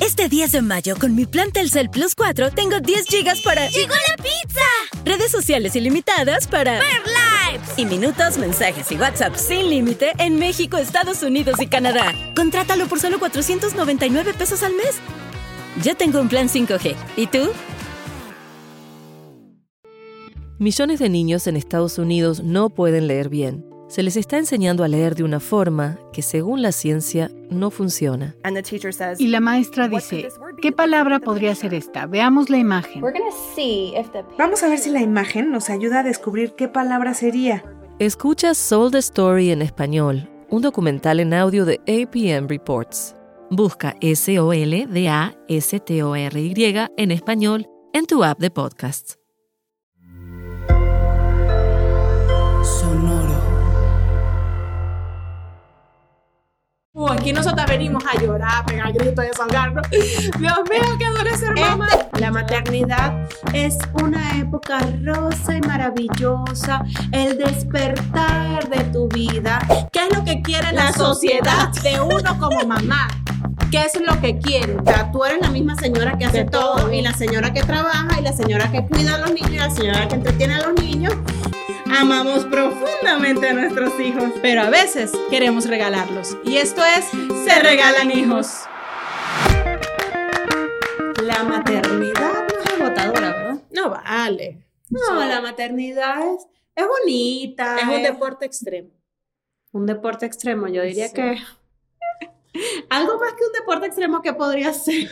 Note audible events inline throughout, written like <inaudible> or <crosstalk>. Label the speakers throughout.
Speaker 1: Este 10 de mayo con mi plan Telcel Plus 4 tengo 10 gigas para...
Speaker 2: ¡Llegó la pizza!
Speaker 1: Redes sociales ilimitadas para...
Speaker 2: ¡Ver lives!
Speaker 1: Y minutos, mensajes y WhatsApp sin límite en México, Estados Unidos y Canadá. Contrátalo por solo 499 pesos al mes. Yo tengo un plan 5G. ¿Y tú?
Speaker 3: Millones de niños en Estados Unidos no pueden leer bien se les está enseñando a leer de una forma que según la ciencia no funciona.
Speaker 4: Y la maestra dice, ¿qué palabra podría ser esta? Veamos la imagen.
Speaker 5: Vamos a ver si la imagen nos ayuda a descubrir qué palabra sería.
Speaker 3: Escucha Sold the Story en español, un documental en audio de APM Reports. Busca S-O-L-D-A-S-T-O-R-Y en español en tu app de podcasts.
Speaker 6: Sonoro.
Speaker 7: Uh, aquí nosotros venimos a llorar, a pegar gritos, desahogarnos. Dios mío, qué duele ser mamá.
Speaker 8: Este, La maternidad es una época rosa y maravillosa. El despertar de tu vida.
Speaker 7: ¿Qué es lo que quiere la, la sociedad, sociedad de uno como mamá? ¿Qué es lo que quiere?
Speaker 8: O sea, tú eres la misma señora que hace todo, todo, y la señora que trabaja, y la señora que cuida a los niños, y la señora que entretiene a los niños. Amamos profundamente a nuestros hijos,
Speaker 7: pero a veces queremos regalarlos. Y esto es Se Regalan Hijos.
Speaker 8: La maternidad no es agotadora, ¿verdad?
Speaker 7: No vale.
Speaker 8: No, la maternidad es, es bonita.
Speaker 7: Es, es un deporte extremo.
Speaker 8: Un deporte extremo, yo diría sí. que... <laughs> Algo más que un deporte extremo que podría ser.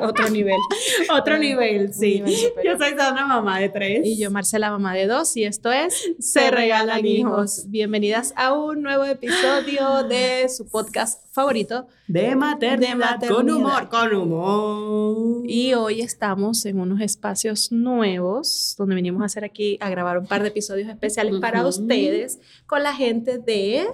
Speaker 7: Otro nivel.
Speaker 8: <laughs> Otro nivel,
Speaker 7: <laughs>
Speaker 8: sí. Nivel yo soy Sandra, mamá de tres.
Speaker 7: Y yo, Marcela, mamá de dos. Y esto es Se Regalan Hijos. Bienvenidas a un nuevo episodio de su podcast favorito.
Speaker 8: De maternidad, de maternidad.
Speaker 7: Con humor.
Speaker 8: Con humor.
Speaker 7: Y hoy estamos en unos espacios nuevos donde venimos a hacer aquí, a grabar un par de episodios especiales uh -huh. para ustedes con la gente de...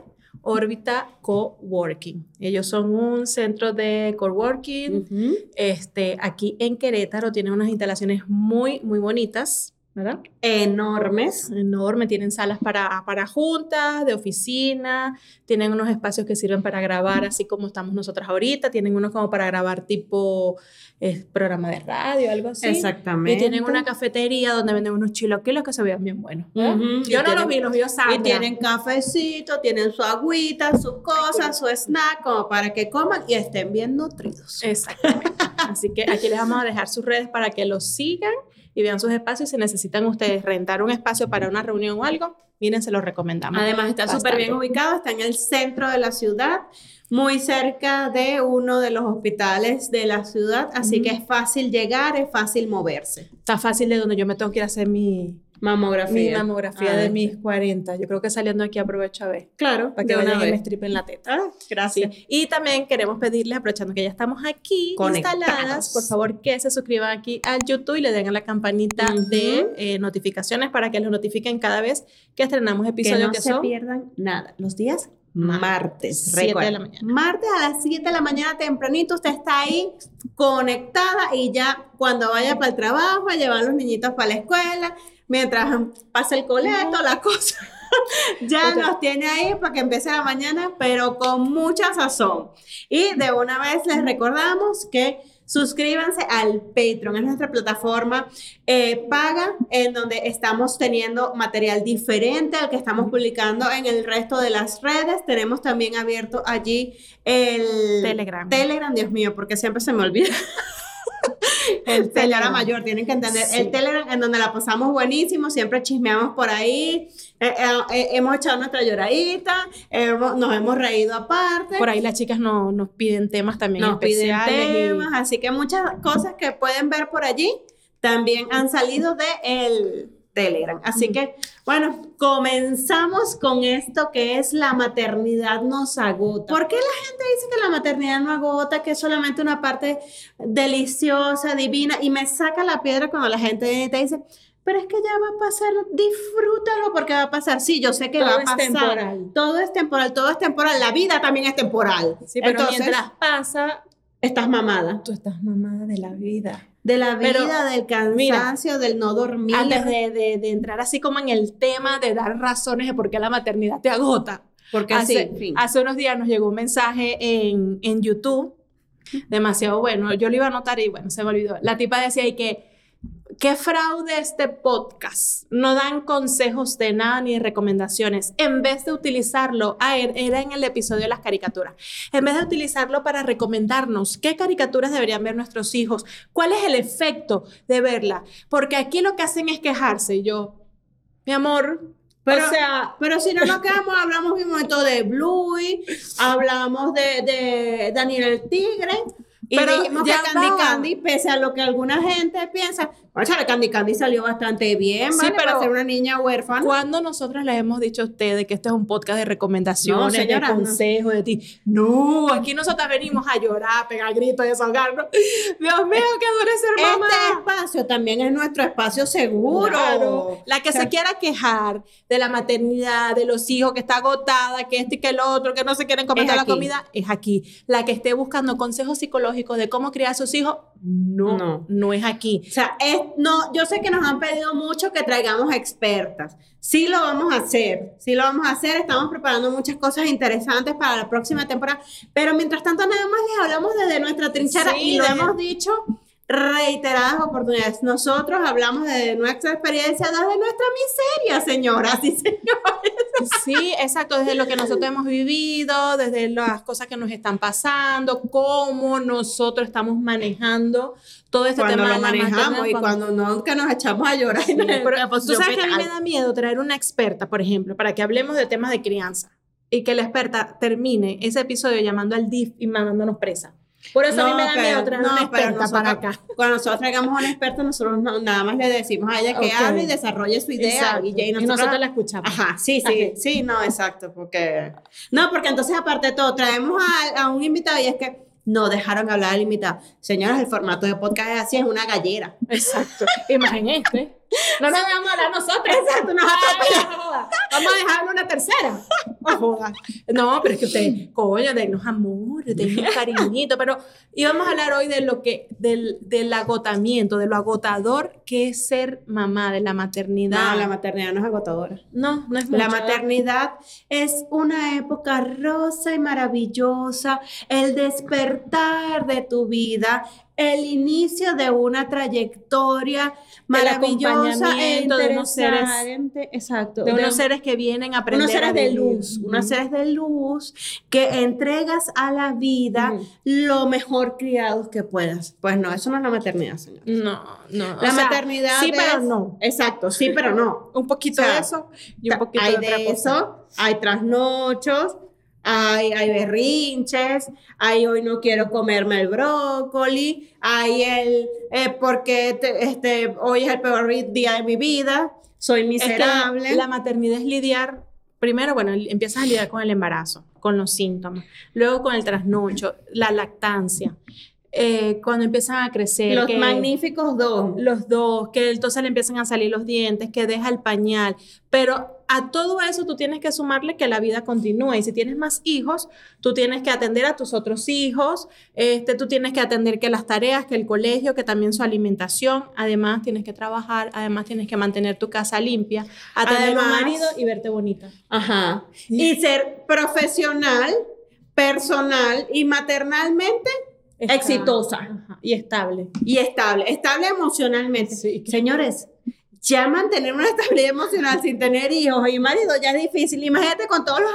Speaker 7: Órbita Coworking. Ellos son un centro de coworking. Uh -huh. este, aquí en Querétaro tienen unas instalaciones muy, muy bonitas. ¿Verdad?
Speaker 8: Enormes.
Speaker 7: Enormes. Tienen salas para, para juntas, de oficina, tienen unos espacios que sirven para grabar, así como estamos nosotras ahorita. Tienen unos como para grabar tipo eh, programa de radio, algo así.
Speaker 8: Exactamente.
Speaker 7: Y tienen una cafetería donde venden unos chiloquilos que se vean bien buenos. Uh -huh. Yo
Speaker 8: y no tienen,
Speaker 7: los vi, los vio Sandra.
Speaker 8: Y tienen cafecito, tienen su agüita, sus cosas, su snack, como para que coman y estén bien nutridos.
Speaker 7: Exactamente. así que aquí les vamos a dejar sus redes para que los sigan y vean sus espacios. Si necesitan ustedes rentar un espacio para una reunión o algo, miren, se los recomendamos.
Speaker 8: Además, está súper bien ubicado, está en el centro de la ciudad, muy cerca de uno de los hospitales de la ciudad, así mm -hmm. que es fácil llegar, es fácil moverse.
Speaker 7: Está fácil de donde yo me tengo que ir a hacer mi,
Speaker 8: Mamografía.
Speaker 7: Mi mamografía ah, de mis 40. Yo creo que saliendo aquí aprovecho a ver.
Speaker 8: Claro,
Speaker 7: para que vayan y me stripen la teta.
Speaker 8: Ah, gracias.
Speaker 7: Sí. Y también queremos pedirles, aprovechando que ya estamos aquí Conectados. instaladas, por favor que se suscriban aquí al YouTube y le den a la campanita uh -huh. de eh, notificaciones para que los notifiquen cada vez que estrenamos episodios que,
Speaker 8: no
Speaker 7: que
Speaker 8: se
Speaker 7: son.
Speaker 8: pierdan nada. Los días martes. Recuerda. de la mañana. Martes a las 7 de la mañana tempranito, usted está ahí conectada y ya cuando vaya para el trabajo, a llevar a los niñitos para la escuela, mientras pasa el coleto, la cosa. <laughs> ya Entonces, nos tiene ahí para que empiece la mañana, pero con mucha sazón. Y de una vez les recordamos que suscríbanse al Patreon, es nuestra plataforma eh, paga en donde estamos teniendo material diferente al que estamos publicando en el resto de las redes. Tenemos también abierto allí el
Speaker 7: Telegram.
Speaker 8: Telegram, Dios mío, porque siempre se me olvida. <laughs> el Telegram mayor, tienen que entender. Sí. El Telegram en donde la pasamos buenísimo, siempre chismeamos por ahí, eh, eh, hemos echado nuestra lloradita, eh, nos hemos reído aparte.
Speaker 7: Por ahí las chicas no, nos piden temas también.
Speaker 8: Nos piden temas, y... así que muchas cosas que pueden ver por allí también han salido de el Telegram. Así que, bueno, comenzamos con esto que es la maternidad nos agota. ¿Por qué la gente dice que la maternidad no agota, que es solamente una parte deliciosa, divina? Y me saca la piedra cuando la gente te dice, pero es que ya va a pasar, disfrútalo porque va a pasar. Sí, yo sé que
Speaker 7: todo
Speaker 8: va a pasar.
Speaker 7: Es temporal.
Speaker 8: Todo es temporal, todo es temporal, la vida también es temporal.
Speaker 7: Sí, pero Entonces, mientras pasa,
Speaker 8: estás mamada.
Speaker 7: Tú estás mamada de la vida
Speaker 8: de la vida, Pero, del cansancio, mira, del no dormir.
Speaker 7: Antes de, de, de, entrar así como en el tema de dar razones de por qué la maternidad te agota.
Speaker 8: Porque
Speaker 7: hace,
Speaker 8: así,
Speaker 7: hace unos días nos llegó un mensaje en, en YouTube Demasiado bueno. Yo lo iba a anotar y bueno, se me olvidó. La tipa decía y que, qué fraude este podcast. No dan consejos de nada ni recomendaciones. En vez de utilizarlo, ah, er- era en el episodio de las caricaturas. En vez de utilizarlo para recomendarnos qué caricaturas deberían ver nuestros hijos, cuál es el efecto de verla. Porque aquí lo que hacen es quejarse. Y yo, mi amor,
Speaker 8: Pero-
Speaker 7: o sea,
Speaker 8: Pero si no nos quedamos, hablamos un momento de Bluey, hablamos de, de Daniel el Tigre. Y
Speaker 7: Pero
Speaker 8: dijimos que
Speaker 7: ya
Speaker 8: Candy
Speaker 7: va.
Speaker 8: Candy, pese a lo que alguna gente piensa, "Cónchale, Candy Candy salió bastante bien,
Speaker 7: Sí,
Speaker 8: ¿vale?
Speaker 7: pero-
Speaker 8: para ser una niña huérfana.
Speaker 7: ¿Cuándo nosotras les hemos dicho a ustedes que este es un podcast de recomendaciones,
Speaker 8: No, señora,
Speaker 7: de
Speaker 8: no.
Speaker 7: consejos, de ti? No, aquí nosotras venimos a llorar, a pegar gritos, a desahogarnos. Dios mío, qué duro ser mamá.
Speaker 8: Este espacio también es nuestro espacio seguro.
Speaker 7: Claro. La que se
Speaker 8: Claro.
Speaker 7: quiera quejar de la maternidad, de los hijos, que está agotada, que este y que el otro, que no se quieren comer
Speaker 8: Es
Speaker 7: toda la
Speaker 8: aquí.
Speaker 7: comida, es aquí. La que esté buscando consejos psicológicos de cómo criar a sus hijos, no, no,
Speaker 8: No.
Speaker 7: es aquí.
Speaker 8: O sea, es, no, yo sé que nos han pedido mucho que traigamos expertas. Sí lo vamos a hacer, sí lo vamos a hacer. Estamos preparando muchas cosas interesantes para la próxima temporada. Pero mientras tanto, nada más les hablamos desde nuestra trinchera
Speaker 7: Sí,
Speaker 8: y lo
Speaker 7: desde-
Speaker 8: hemos dicho reiteradas oportunidades. Nosotros hablamos desde nuestra experiencia, desde nuestra miseria, señoras y señores.
Speaker 7: Sí, exacto, desde lo que nosotros hemos vivido, desde las cosas que nos están pasando, cómo nosotros estamos manejando todo este
Speaker 8: Cuando
Speaker 7: tema
Speaker 8: lo
Speaker 7: de la
Speaker 8: manejamos
Speaker 7: maternidad,
Speaker 8: y cuando no, que nos echamos a llorar. <laughs>
Speaker 7: Sí, pero tú sabes que a mí me da miedo traer una experta, por ejemplo, para que hablemos de temas de crianza y que la experta termine ese episodio llamando al DIF y mandándonos presa. Por eso a mí
Speaker 8: No,
Speaker 7: me da
Speaker 8: pero-
Speaker 7: miedo traer
Speaker 8: no,
Speaker 7: una
Speaker 8: pero
Speaker 7: experta
Speaker 8: nosotros-
Speaker 7: para acá.
Speaker 8: Cuando nosotros traigamos a una experta, nosotros no- nada más le decimos a ella que
Speaker 7: Ok.
Speaker 8: hable y desarrolle su idea.
Speaker 7: Exacto.
Speaker 8: Y, ya, y
Speaker 7: y
Speaker 8: nosotros,
Speaker 7: nosotros la escuchamos.
Speaker 8: Ajá, <laughs> sí, sí, sí, no, exacto, porque... No, porque entonces aparte de todo, traemos a, a un invitado y es que no dejaron hablar al invitado. Señoras, el formato de podcast es así, es una gallera.
Speaker 7: <laughs> Exacto. Imagínate. No nos vamos a hablar nosotras.
Speaker 8: Exacto, nos atropellan.
Speaker 7: Vamos a dejarlo una tercera. No, joda. No, pero es que usted, coño, denos amor, denos cariñito. Pero íbamos a hablar hoy de lo que, del, del agotamiento, de lo agotador que es ser mamá, de la maternidad.
Speaker 8: No, la maternidad no es agotadora.
Speaker 7: no, no es
Speaker 8: La
Speaker 7: mucho.
Speaker 8: maternidad es una época rosa y maravillosa, el despertar de tu vida, el inicio de una trayectoria maravillosa e
Speaker 7: acompañamiento de unos seres-
Speaker 8: interesante. Exacto.
Speaker 7: De
Speaker 8: de-
Speaker 7: unos seres que vienen a aprender
Speaker 8: unos seres
Speaker 7: a
Speaker 8: de
Speaker 7: vivir.
Speaker 8: luz, unos seres de luz que entregas a la vida lo mejor criados que puedas. Pues no, eso no es la maternidad, señor.
Speaker 7: No, no. o
Speaker 8: La
Speaker 7: sea,
Speaker 8: maternidad
Speaker 7: Sí,
Speaker 8: es-
Speaker 7: pero no.
Speaker 8: Exacto, sí, pero no.
Speaker 7: Un poquito
Speaker 8: O sea,
Speaker 7: de eso y un poquito
Speaker 8: hay
Speaker 7: de otra cosa.
Speaker 8: eso, hay trasnochos, hay, hay berrinches, hay hoy no quiero comerme el brócoli, hay el eh, porque te- este, hoy es el peor ri- día de mi vida, soy
Speaker 7: Es que
Speaker 8: miserable.
Speaker 7: la maternidad es lidiar, primero, bueno, li- empiezas a lidiar con el embarazo, con los síntomas, luego con el trasnocho, la lactancia, eh, cuando empiezan a crecer.
Speaker 8: los
Speaker 7: que-
Speaker 8: magníficos dos.
Speaker 7: los dos, que entonces le empiezan a salir los dientes, que deja el pañal, pero a todo eso tú tienes que sumarle que la vida continúa y si tienes más hijos, tú tienes que atender a tus otros hijos, este, tú tienes que atender que las tareas, que el colegio, que también su alimentación, además tienes que trabajar, además tienes que mantener tu casa limpia, atender a un
Speaker 8: Además-
Speaker 7: marido y verte bonita.
Speaker 8: Ajá. Y ser profesional, personal y maternalmente
Speaker 7: Está-
Speaker 8: exitosa.
Speaker 7: Ajá, y estable.
Speaker 8: y estable, estable emocionalmente.
Speaker 7: Sí.
Speaker 8: Señores, ya mantener una estabilidad emocional sin tener hijos y marido ya es difícil. Imagínate con todos los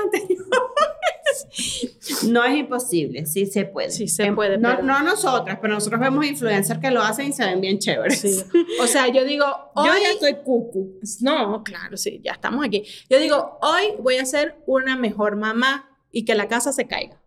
Speaker 8: anteriores. No es imposible, sí se puede.
Speaker 7: Sí se puede,
Speaker 8: No,
Speaker 7: pero-
Speaker 8: no nosotras, pero nosotros vemos influencers que lo hacen y se ven bien chéveres.
Speaker 7: Sí. O sea, yo digo, hoy
Speaker 8: Yo ya estoy cucu.
Speaker 7: No, claro, sí, ya estamos aquí. Yo digo, hoy voy a ser una mejor mamá y que la casa se caiga.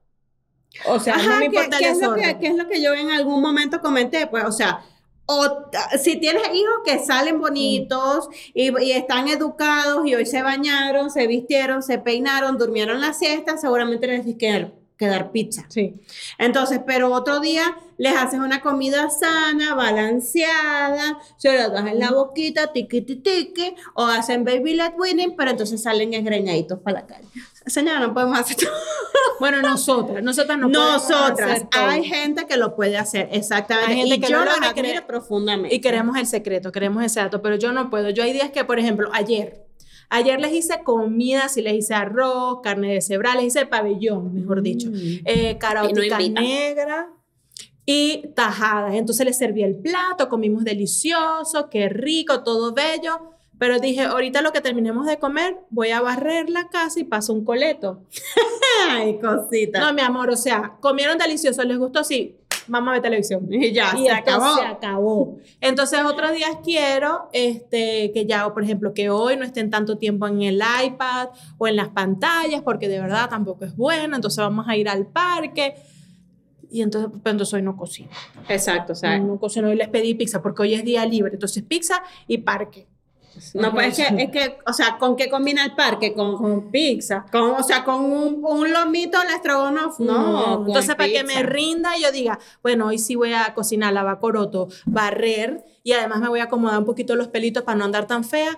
Speaker 7: O sea, no
Speaker 8: Ajá,
Speaker 7: me
Speaker 8: ¿qué-
Speaker 7: importa
Speaker 8: qué
Speaker 7: el
Speaker 8: es lo
Speaker 7: desorden.
Speaker 8: que, qué es lo que yo en algún momento comenté? Pues, o sea, o ta- si tienes hijos que salen bonitos y, y están educados y hoy se bañaron, se vistieron, se peinaron, durmieron la siesta, seguramente les tienes que dar- que dar pizza.
Speaker 7: Sí.
Speaker 8: Entonces, pero otro día les haces una comida sana, balanceada, se lo das en la boquita, tiqui, tiqui, tiqui, o hacen baby let winning, pero entonces salen engreñaditos para la calle. Señora, no podemos hacer todo.
Speaker 7: Bueno, nosotras, nosotras no podemos
Speaker 8: Nosotras,
Speaker 7: hacer todo.
Speaker 8: hay gente que lo puede hacer, exactamente.
Speaker 7: Hay gente
Speaker 8: y
Speaker 7: que
Speaker 8: yo
Speaker 7: no lo
Speaker 8: las
Speaker 7: va a
Speaker 8: admiro
Speaker 7: querer.
Speaker 8: profundamente.
Speaker 7: Y queremos el secreto, queremos ese dato, pero yo no puedo. Yo hay días que, por ejemplo, ayer, ayer les hice comidas y les hice arroz, carne de cebra, les hice pabellón, mejor dicho, eh,
Speaker 8: Que no
Speaker 7: carautica
Speaker 8: invita.
Speaker 7: negra. y tajadas. Entonces les serví el plato, comimos delicioso, qué rico, todo bello. Pero dije, ahorita lo que terminemos de comer, voy a barrer la casa y paso un coleto.
Speaker 8: Ay, cosita.
Speaker 7: No, mi amor, o sea, comieron delicioso, les gustó, sí. Vamos a ver televisión.
Speaker 8: Y ya, se
Speaker 7: Y esto
Speaker 8: acabó.
Speaker 7: Se acabó. Entonces, otros días quiero este, que ya, o por ejemplo, que hoy no estén tanto tiempo en el iPad o en las pantallas, porque de verdad tampoco es bueno. Entonces, vamos a ir al parque. Y entonces, pero entonces hoy no cocino.
Speaker 8: Exacto, o sea,
Speaker 7: No cocino, hoy les pedí pizza, porque hoy es día libre. Entonces, pizza y parque.
Speaker 8: no puede ser, es que, o sea, ¿con qué combina el parque? Con, con pizza, con, o sea, con un, un lomito al estrogonoff, no. con
Speaker 7: Mm. Entonces, para que
Speaker 8: pizza.
Speaker 7: me rinda, yo diga, bueno, hoy sí voy a cocinar, lavar coroto, barrer y además me voy a acomodar un poquito los pelitos para no andar tan fea.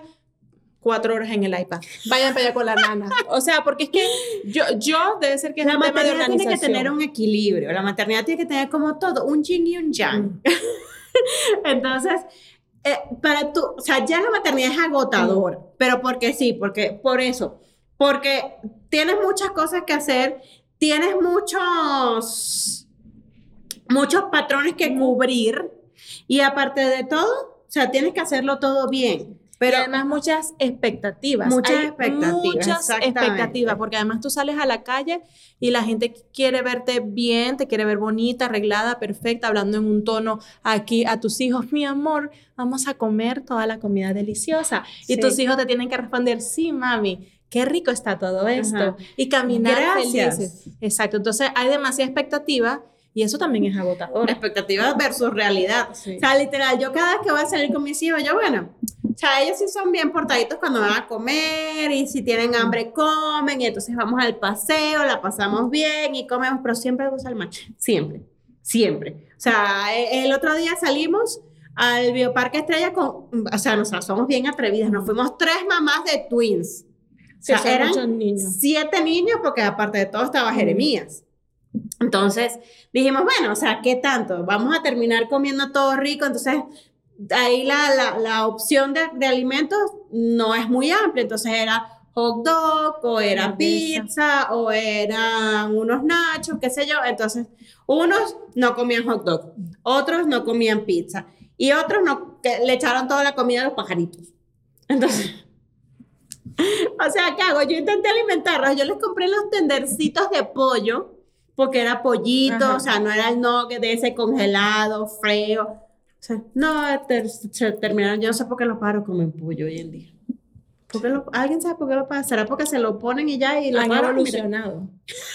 Speaker 7: Cuatro horas en el iPad. Vayan para allá con
Speaker 8: <laughs>
Speaker 7: la nana. O sea, porque es que yo, yo debe ser que es
Speaker 8: La
Speaker 7: un tema de
Speaker 8: maternidad
Speaker 7: organización.
Speaker 8: tiene que tener un equilibrio, la maternidad tiene que tener como todo, un yin y un
Speaker 7: Mm.
Speaker 8: yang. <laughs> Entonces, eh, para tú, o sea, ya la maternidad es
Speaker 7: Mm.
Speaker 8: agotadora, pero porque sí, porque por eso, porque tienes muchas cosas que hacer, tienes muchos muchos patrones que cubrir y aparte de todo, o sea, tienes que hacerlo todo bien.
Speaker 7: Pero
Speaker 8: Pero
Speaker 7: además muchas expectativas.
Speaker 8: Muchas
Speaker 7: Hay
Speaker 8: expectativas,
Speaker 7: Muchas
Speaker 8: exactamente.
Speaker 7: expectativas, porque además tú sales a la calle y la gente quiere verte bien, te quiere ver bonita, arreglada, perfecta, hablando en un tono aquí a tus hijos, mi amor, vamos a comer toda la comida deliciosa. Y
Speaker 8: Sí.
Speaker 7: tus hijos te tienen que responder, sí, mami. Qué rico está todo esto.
Speaker 8: Ajá.
Speaker 7: Y caminar
Speaker 8: Gracias.
Speaker 7: felices. Exacto. Entonces hay demasiada expectativa y eso también es agotador.
Speaker 8: expectativas versus realidad.
Speaker 7: Sí.
Speaker 8: O sea, literal, yo cada vez que voy a salir con mis hijos, yo, bueno, o sea, ellos sí son bien portaditos cuando van a comer y si tienen hambre comen y entonces vamos al paseo, la pasamos bien y comemos, pero siempre algo salmán. Siempre, siempre. O sea, e- el otro día salimos al Bioparque Estrella con, o sea, nosotros somos bien atrevidas, nos fuimos tres mamás de twins. O sea,
Speaker 7: son
Speaker 8: eran
Speaker 7: muchos niños.
Speaker 8: siete niños, porque aparte de todo estaba Jeremías. Entonces dijimos, bueno, o sea, ¿qué tanto? Vamos a terminar comiendo todo rico. Entonces, ahí la, la- la opción de, de alimentos no es muy amplia. Entonces era hot dog, o era
Speaker 7: Una pizza.
Speaker 8: pizza, o eran unos nachos, qué sé yo. Entonces, unos no comían hot dog, otros no comían pizza, y otros no, que le echaron toda la comida a los pajaritos. Entonces, <laughs> o sea, ¿qué hago? Yo intenté alimentarlos. Yo les compré los tendercitos de pollo, porque era pollito,
Speaker 7: Ajá.
Speaker 8: o sea, no era el nugget de ese congelado, frío. O sea, no, ter- se terminaron. Yo no sé por qué los pájaros comen pollo hoy en día. ¿Por qué lo- ¿Alguien sabe por qué lo pasa? ¿Será porque se lo ponen y ya? Y lo
Speaker 7: han evolucionado.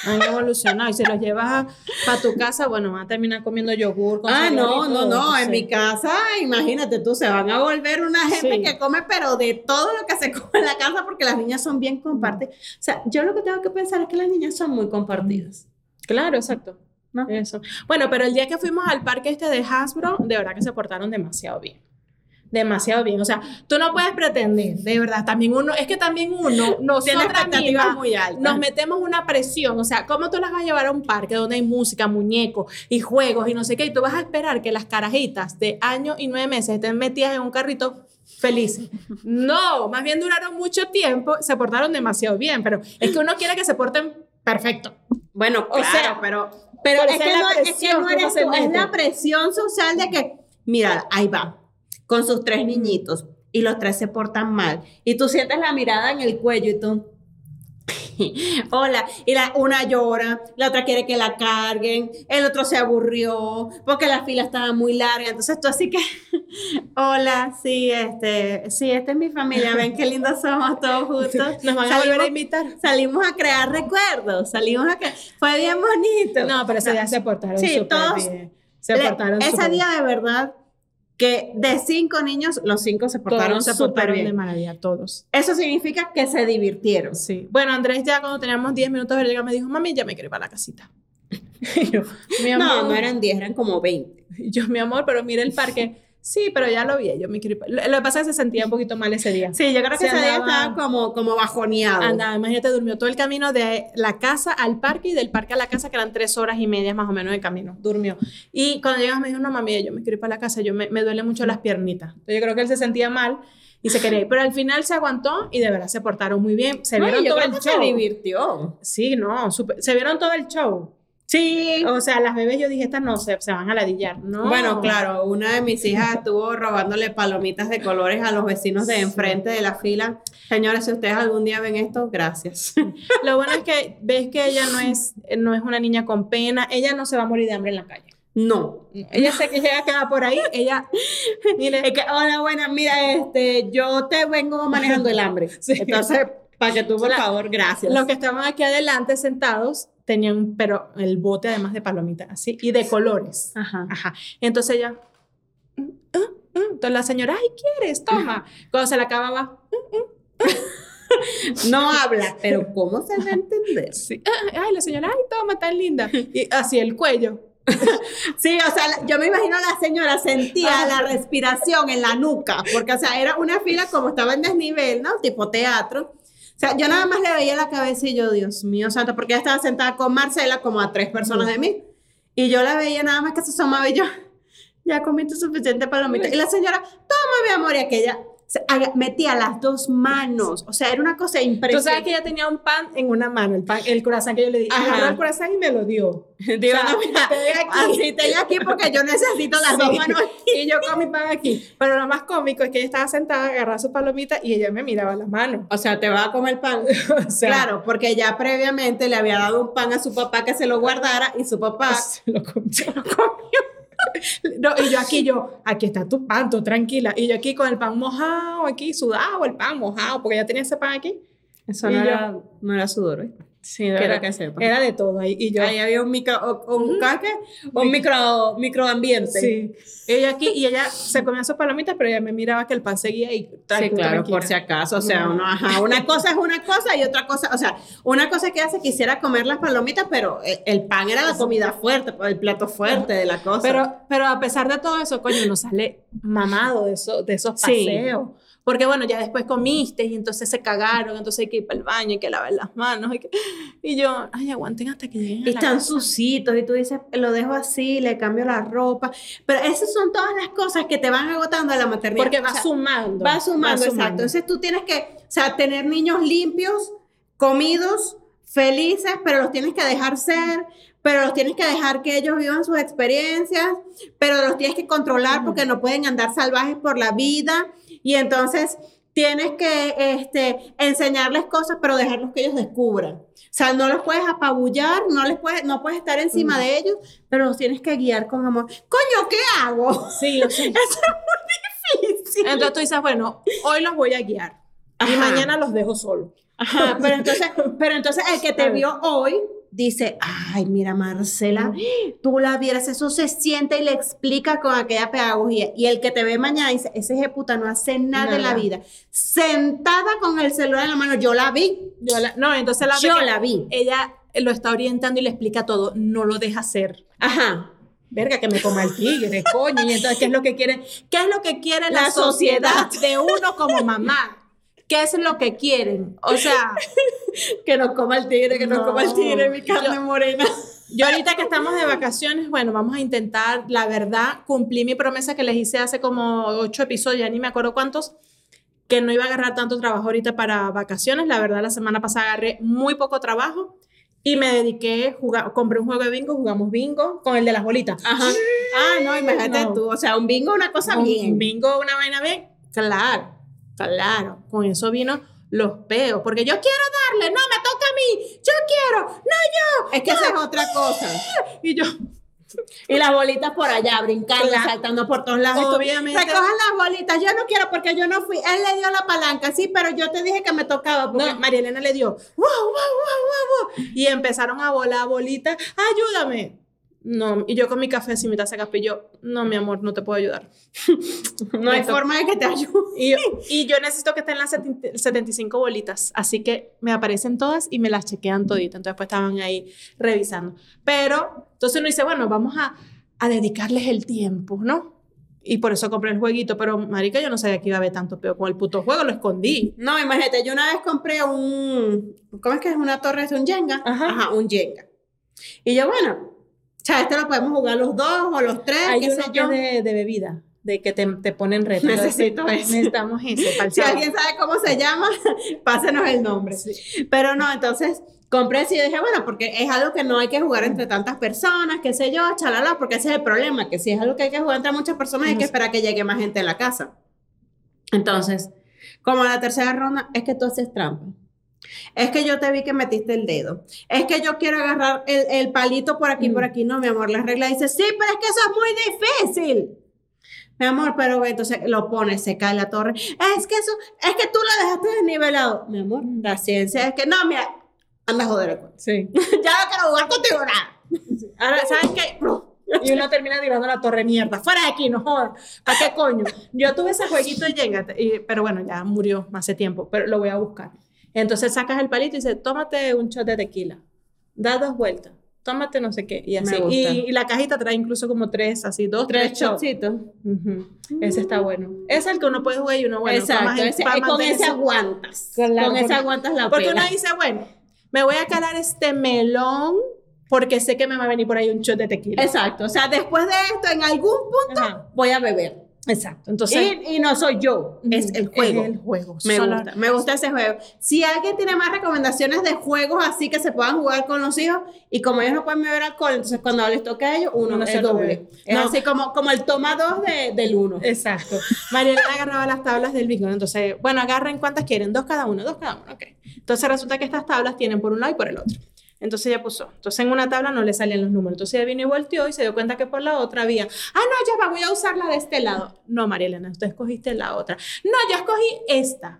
Speaker 7: Han evolucionado. Y si los llevas para tu casa, bueno, van a terminar comiendo yogur. Con
Speaker 8: Ah,
Speaker 7: sabor y
Speaker 8: no, no,
Speaker 7: todo,
Speaker 8: no. En
Speaker 7: entonces-
Speaker 8: mi casa, imagínate tú, se van a volver una gente
Speaker 7: Sí.
Speaker 8: que come, pero de todo lo que se <laughs> come en la casa, porque las niñas son bien compartidas. O sea, yo lo que tengo que pensar es que las niñas son muy compartidas.
Speaker 7: Claro, exacto.
Speaker 8: ¿No?
Speaker 7: Eso. Bueno, pero el día que fuimos al parque este de Hasbro, de verdad que se portaron demasiado bien. Demasiado bien. O sea, tú no puedes pretender, de verdad. También uno, es que también uno,
Speaker 8: Tiene
Speaker 7: nosotras
Speaker 8: expectativas
Speaker 7: mismas,
Speaker 8: muy altas.
Speaker 7: nos metemos una presión. O sea, ¿cómo tú las vas a llevar a un parque donde hay música, muñecos y juegos y no sé qué? Y tú vas a esperar que las carajitas de año y nueve meses estén metidas en un carrito <laughs> felices. No, más bien duraron mucho tiempo, se portaron demasiado bien, pero es que uno quiere que se porten perfecto.
Speaker 8: Bueno,
Speaker 7: O
Speaker 8: claro,
Speaker 7: sea,
Speaker 8: pero, pero
Speaker 7: por
Speaker 8: es,
Speaker 7: esa
Speaker 8: que
Speaker 7: es la
Speaker 8: no, es que
Speaker 7: presión
Speaker 8: no
Speaker 7: que uno
Speaker 8: eres
Speaker 7: se
Speaker 8: tú, es
Speaker 7: mete.
Speaker 8: la presión social de que, mira, ahí va, con sus tres niñitos, y los tres se portan mal, y tú sientes la mirada en el cuello y tú... <laughs> Hola, y la, una llora, la otra quiere que la carguen, el otro se aburrió porque la fila estaba muy larga, entonces tú así que, <laughs> hola, sí, este, sí, esta es mi familia, ven qué lindos somos todos
Speaker 7: <laughs>
Speaker 8: juntos.
Speaker 7: Nos van a
Speaker 8: Salimos-
Speaker 7: volver a invitar.
Speaker 8: salimos a crear recuerdos, salimos a crear, fue bien bonito.
Speaker 7: No, pero ese día se portaron
Speaker 8: Sí,
Speaker 7: súper
Speaker 8: todos-
Speaker 7: bien. Se
Speaker 8: Le-
Speaker 7: portaron
Speaker 8: ese
Speaker 7: súper
Speaker 8: día de verdad que de cinco niños, los cinco se
Speaker 7: bien.
Speaker 8: portaron
Speaker 7: Todos se
Speaker 8: súper
Speaker 7: portaron de
Speaker 8: bien.
Speaker 7: maravilla, todos.
Speaker 8: Eso significa que se divirtieron.
Speaker 7: Sí. Bueno, Andrés ya cuando teníamos 10 minutos de llega me dijo, mami, ya me quiero ir para la casita. <laughs> Y yo, mi amor,
Speaker 8: No, no eran 10, eran como 20.
Speaker 7: Y yo, mi amor, pero mira el parque. Sí, pero ya lo vi, yo me quiero ir pa- Lo lo que pasa es que se sentía un poquito mal ese día.
Speaker 8: Sí, yo creo que
Speaker 7: Se
Speaker 8: ese día
Speaker 7: andaba-
Speaker 8: estaba como, como bajoneado.
Speaker 7: Andaba, imagínate, durmió todo el camino de la casa al parque y del parque a la casa, que eran tres horas y media más o menos de camino. Durmió. Y cuando llegamos me dijo, no, mami, yo me quiero ir para la casa, yo me, me duelen mucho las piernitas. Entonces, yo creo que él se sentía mal y se quería ir. Pero al final se aguantó y de verdad se portaron muy bien. Se
Speaker 8: No, y
Speaker 7: vieron
Speaker 8: yo
Speaker 7: todo
Speaker 8: creo
Speaker 7: el
Speaker 8: que se
Speaker 7: show.
Speaker 8: divirtió.
Speaker 7: Sí, no, súper- se vieron todo el show. Sí, o sea, las bebés yo dije, estas no, se, se van a ladillar, ¿no?
Speaker 8: Bueno, claro, una de mis hijas estuvo robándole palomitas de colores a los vecinos de enfrente de la fila. Señores, si ustedes algún día ven esto, gracias. <laughs>
Speaker 7: Lo bueno es que ves que ella no es, no es una niña con pena, ella no se va a morir de hambre en la calle.
Speaker 8: No.
Speaker 7: No, Ella se que llega queda por ahí, ella, mire,
Speaker 8: Es que, hola, buena, mira, este, yo te vengo manejando el
Speaker 7: <laughs>
Speaker 8: hambre. Entonces, para que tú, por
Speaker 7: La-
Speaker 8: favor, gracias.
Speaker 7: los que estaban aquí adelante sentados tenían, pero el bote además de palomitas, así, y de colores.
Speaker 8: Ajá.
Speaker 7: Ajá. Entonces ella, "Mm, ah, ah". entonces la señora, ay,
Speaker 8: <laughs>
Speaker 7: ¿quieres? Toma. Cuando se la acababa,
Speaker 8: No habla, pero ¿cómo se va a entender?
Speaker 7: sí, "Ah, ay, la señora, ay, toma, tan linda. Y así el cuello.
Speaker 8: Sí, o sea, la- yo me imagino la señora sentía la respiración en la nuca, porque, o sea, era una fila como estaba en desnivel, ¿no? Tipo teatro. O sea, yo nada más le veía la cabeza y yo, Dios mío santo, porque ella estaba sentada con Marcela como a tres personas de mí. Y yo la veía nada más que se asomaba y yo, <laughs> ya comiste suficiente palomita. Y la señora, toma mi amor, y aquella se- haga- metía las dos manos. O sea, era una cosa
Speaker 7: Tú sabes que
Speaker 8: impresionante.
Speaker 7: ella tenía un pan en una mano, el pan, el corazón que yo le di.
Speaker 8: Ajá.
Speaker 7: Agarró el corazón y me lo dio.
Speaker 8: <laughs> Digo,
Speaker 7: o sea,
Speaker 8: no, mira,
Speaker 7: te dejo aquí.
Speaker 8: así te dejo aquí porque yo necesito las
Speaker 7: Sí.
Speaker 8: dos manos
Speaker 7: Y yo con mi pan aquí. Pero lo más cómico es que ella estaba sentada, agarraba su palomita y ella me miraba las manos.
Speaker 8: O sea, te va a comer pan. <laughs>
Speaker 7: O sea,
Speaker 8: claro, porque ya previamente le había dado un pan a su papá que se lo guardara y su <laughs> papá.
Speaker 7: se lo comió. No, y yo aquí, yo, aquí está tu pan, tú tranquila. Y yo aquí con el pan mojado, aquí sudado, el pan mojado, porque ya tenía ese pan aquí.
Speaker 8: Eso
Speaker 7: no
Speaker 8: no,
Speaker 7: era-
Speaker 8: era, no era sudor, ¿eh?
Speaker 7: Sí, de
Speaker 8: Quiero
Speaker 7: verdad.
Speaker 8: que sepa.
Speaker 7: Era de todo ahí. Y yo,
Speaker 8: Ahí había un micro, o- un, caque, un micro, microambiente.
Speaker 7: sí. Ella aquí, y ella se comía sus palomitas, pero ella me miraba que el pan seguía y
Speaker 8: Sí,
Speaker 7: tranquila,
Speaker 8: claro,
Speaker 7: tranquila.
Speaker 8: por si acaso, o sea,
Speaker 7: No.
Speaker 8: uno, ajá, una cosa es una cosa y otra cosa, o sea, una cosa es que hace quisiera comer las palomitas, pero el, el pan era la comida fuerte, el plato fuerte de la cosa.
Speaker 7: Pero, pero a pesar de todo eso, coño, uno sale mamado de, eso, de esos
Speaker 8: Sí.
Speaker 7: paseos. Porque bueno, ya después comiste y entonces se cagaron, entonces hay que ir para el baño, hay que lavar las manos. hay que- Y yo, ay, aguanten hasta que lleguen. a
Speaker 8: Y
Speaker 7: la
Speaker 8: están
Speaker 7: casa.
Speaker 8: sucitos y tú dices, lo dejo así, le cambio la ropa. Pero esas son todas las cosas que te van agotando a la maternidad.
Speaker 7: Porque
Speaker 8: O
Speaker 7: va
Speaker 8: sea,
Speaker 7: sumando.
Speaker 8: va sumando, exacto. Entonces tú tienes que, o sea, tener niños limpios, comidos, felices, pero los tienes que dejar ser, pero los tienes que dejar que ellos vivan sus experiencias, pero los tienes que controlar porque no pueden andar salvajes por la vida. Y entonces tienes que este, enseñarles cosas, pero dejarlos que ellos descubran. O sea, no los puedes apabullar, no, les puedes, no puedes estar encima de ellos, pero los tienes que guiar con amor. Coño, ¿qué hago? <laughs>
Speaker 7: Sí, o <laughs> sea,
Speaker 8: Eso es muy difícil.
Speaker 7: entonces tú dices, bueno, hoy los voy a guiar y
Speaker 8: Ajá.
Speaker 7: mañana los dejo solos. <laughs>
Speaker 8: Ajá, pero entonces, pero entonces el que
Speaker 7: A
Speaker 8: te
Speaker 7: ver.
Speaker 8: vio hoy dice, ay, mira Marcela, tú la vieras, eso se siente y le explica con aquella pedagogía. Y el que te ve mañana dice, ese puta no hace nada, en la
Speaker 7: Nada.
Speaker 8: vida. Sentada con el celular en la mano, yo la vi,
Speaker 7: Yo la- no, entonces la,
Speaker 8: yo
Speaker 7: que-
Speaker 8: la vi.
Speaker 7: ella lo está orientando y le explica todo, no lo deja hacer.
Speaker 8: Ajá.
Speaker 7: Verga, que me coma el
Speaker 8: <laughs>
Speaker 7: tigre, coño. Y entonces, ¿qué es lo que quiere? ¿Qué es lo que quiere la,
Speaker 8: La
Speaker 7: sociedad
Speaker 8: sociedad.
Speaker 7: de uno como mamá? ¿Qué es lo que quieren? O sea,
Speaker 8: <laughs> Que nos coma el tigre, que
Speaker 7: No.
Speaker 8: nos coma el tigre, mi carne morena.
Speaker 7: yo ahorita que estamos de vacaciones, bueno, vamos a intentar, la verdad, cumplí mi promesa que les hice hace como ocho episodios, ya ni me acuerdo cuántos, que no iba a agarrar tanto trabajo ahorita para vacaciones. La verdad, la semana pasada agarré muy poco trabajo y me dediqué, jugar, compré un juego de bingo, jugamos bingo con el de las bolitas.
Speaker 8: Ajá. Ah, no, imagínate
Speaker 7: No.
Speaker 8: tú, o sea, un bingo, una cosa
Speaker 7: Un
Speaker 8: bien.
Speaker 7: bingo, una vaina bien. Claro, claro. Con eso vino los peos. Porque yo quiero darle, no, me toca a mí. Yo quiero, no yo.
Speaker 8: Es que esa es otra cosa.
Speaker 7: Y yo,
Speaker 8: Y las bolitas por allá, brincando,
Speaker 7: Claro.
Speaker 8: saltando por todos lados.
Speaker 7: Obviamente.
Speaker 8: Recojan las bolitas. Yo no quiero porque yo no fui. Él le dio la palanca, sí, pero yo te dije que me tocaba. Porque...
Speaker 7: no, María Elena le dio, wow, wow, wow, wow, wow. Y empezaron a volar bolitas, ayúdame. No, y yo con mi café sin mi taza de café, yo, no, mi amor, no te puedo ayudar. <laughs>
Speaker 8: No hay
Speaker 7: Me to-
Speaker 8: forma de que te ayude.
Speaker 7: Y, y yo necesito que estén las 70 75 bolitas, así que me aparecen todas y me las chequean toditas. Entonces, pues estaban ahí revisando. Pero, entonces uno dice, bueno, vamos a, a dedicarles el tiempo, ¿no? Y por eso compré el jueguito, pero marica, yo no sabía que iba a haber tanto peo con el puto juego, lo escondí.
Speaker 8: No, imagínate, yo una vez compré un. ¿Cómo es que es una torre? ¿Es un Jenga?
Speaker 7: Ajá.
Speaker 8: un Jenga. Y yo, bueno, o sea, este lo podemos jugar los dos o los tres,
Speaker 7: Hay
Speaker 8: qué sé
Speaker 7: uno que
Speaker 8: yo.
Speaker 7: es de, de bebida, de que te, te
Speaker 8: <laughs>
Speaker 7: ponen reto.
Speaker 8: Necesito ese. <laughs>
Speaker 7: Necesitamos ese. para el
Speaker 8: Si <laughs>
Speaker 7: sábado.
Speaker 8: alguien sabe cómo se llama, pásenos el nombre. Pero no, entonces, compré sí, y dije, bueno, porque es algo que no hay que jugar entre tantas personas, qué sé yo, chalala, porque ese es el problema, que si es algo que hay que jugar entre muchas personas, hay que esperar que llegue más gente a la casa. Entonces, como la tercera ronda, es que tú haces trampa. Es que yo te vi que metiste el dedo. Es que yo quiero agarrar el, el palito por aquí, por aquí. No, mi amor, la regla dice, sí, pero es que eso es muy difícil. Mi amor, pero ve, entonces lo pones, se cae la torre. Es que eso, es que tú lo dejaste desnivelado. Mi amor,
Speaker 7: Mm.
Speaker 8: la ciencia es que no, mira, anda a joder el cuento.
Speaker 7: Sí.
Speaker 8: <laughs> ya no quiero jugar contigo nada. Ahora, ¿sabes qué?
Speaker 7: Y uno termina tirando la torre mierda. Fuera de aquí, no jodas. ¿Para qué coño? Yo tuve ese jueguito de Jenga, y- pero bueno, ya murió hace tiempo, pero lo voy a buscar. Entonces sacas el palito y dices, tómate un shot de tequila. Da dos vueltas. Tómate no sé qué. Y así.
Speaker 8: gusta.
Speaker 7: Y, y la cajita trae incluso como tres, así, dos, tres,
Speaker 8: Tres
Speaker 7: shots.
Speaker 8: chocitos.
Speaker 7: Ujú. Ese está bueno. Es el que uno puede jugar y uno, bueno, para
Speaker 8: Exacto,
Speaker 7: más-
Speaker 8: ese-
Speaker 7: para
Speaker 8: con
Speaker 7: mantener
Speaker 8: ese
Speaker 7: esa-
Speaker 8: aguantas.
Speaker 7: Con la-
Speaker 8: con ese
Speaker 7: porque-
Speaker 8: aguantas la
Speaker 7: Porque
Speaker 8: pela.
Speaker 7: uno dice, bueno, me voy a calar este melón porque sé que me va a venir por ahí un shot de tequila.
Speaker 8: Exacto, o sea, después de esto, en algún punto,
Speaker 7: Ajá.
Speaker 8: voy a beber.
Speaker 7: Exacto. Entonces,
Speaker 8: y, y no soy yo, es el juego.
Speaker 7: Es el juego.
Speaker 8: Me
Speaker 7: Solo-
Speaker 8: gusta, me gusta ese juego. Si alguien tiene más recomendaciones de juegos así que se puedan jugar con los hijos, y como ellos no pueden beber alcohol, entonces cuando les toca a ellos, uno
Speaker 7: Uno se
Speaker 8: es
Speaker 7: lo
Speaker 8: doble.
Speaker 7: bebe.
Speaker 8: Es
Speaker 7: No.
Speaker 8: así como, como el toma dos de- del uno.
Speaker 7: Exacto. Mariela agarraba las tablas del bingo. ¿no? Entonces, bueno, agarren cuántas quieren, dos cada uno, dos cada uno, ok. Entonces resulta que estas tablas tienen por un lado y por el otro. Entonces ella puso, entonces en una tabla no le salían los números. Entonces ella vino y volteó y se dio cuenta que por la otra había, ah, no, ya va, voy a usar la de este lado. No, María Elena, usted escogiste la otra. No, yo escogí esta.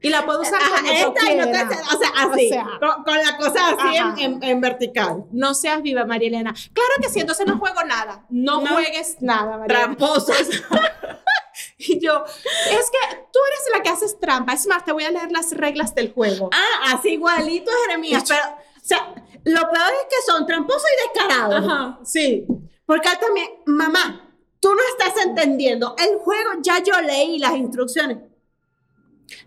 Speaker 7: Y la puedo usar
Speaker 8: Ajá,
Speaker 7: como yo
Speaker 8: esta y no te-
Speaker 7: quiera.
Speaker 8: o sea, así,
Speaker 7: O sea.
Speaker 8: con, con la cosa así
Speaker 7: Ajá.
Speaker 8: en, en- en vertical.
Speaker 7: No seas viva, María Elena. Claro que sí, entonces no juego nada. No,
Speaker 8: No.
Speaker 7: juegues nada, María Elena.
Speaker 8: Tramposos.
Speaker 7: <laughs> Y yo, es que tú eres la que haces trampa. Es más, te voy a leer las reglas del juego.
Speaker 8: Ah, así igualito a Jeremías, pero, o sea, lo peor es que son tramposos y descarados.
Speaker 7: Ajá, sí.
Speaker 8: Porque él también, mamá, tú no estás entendiendo. El juego ya yo leí las instrucciones.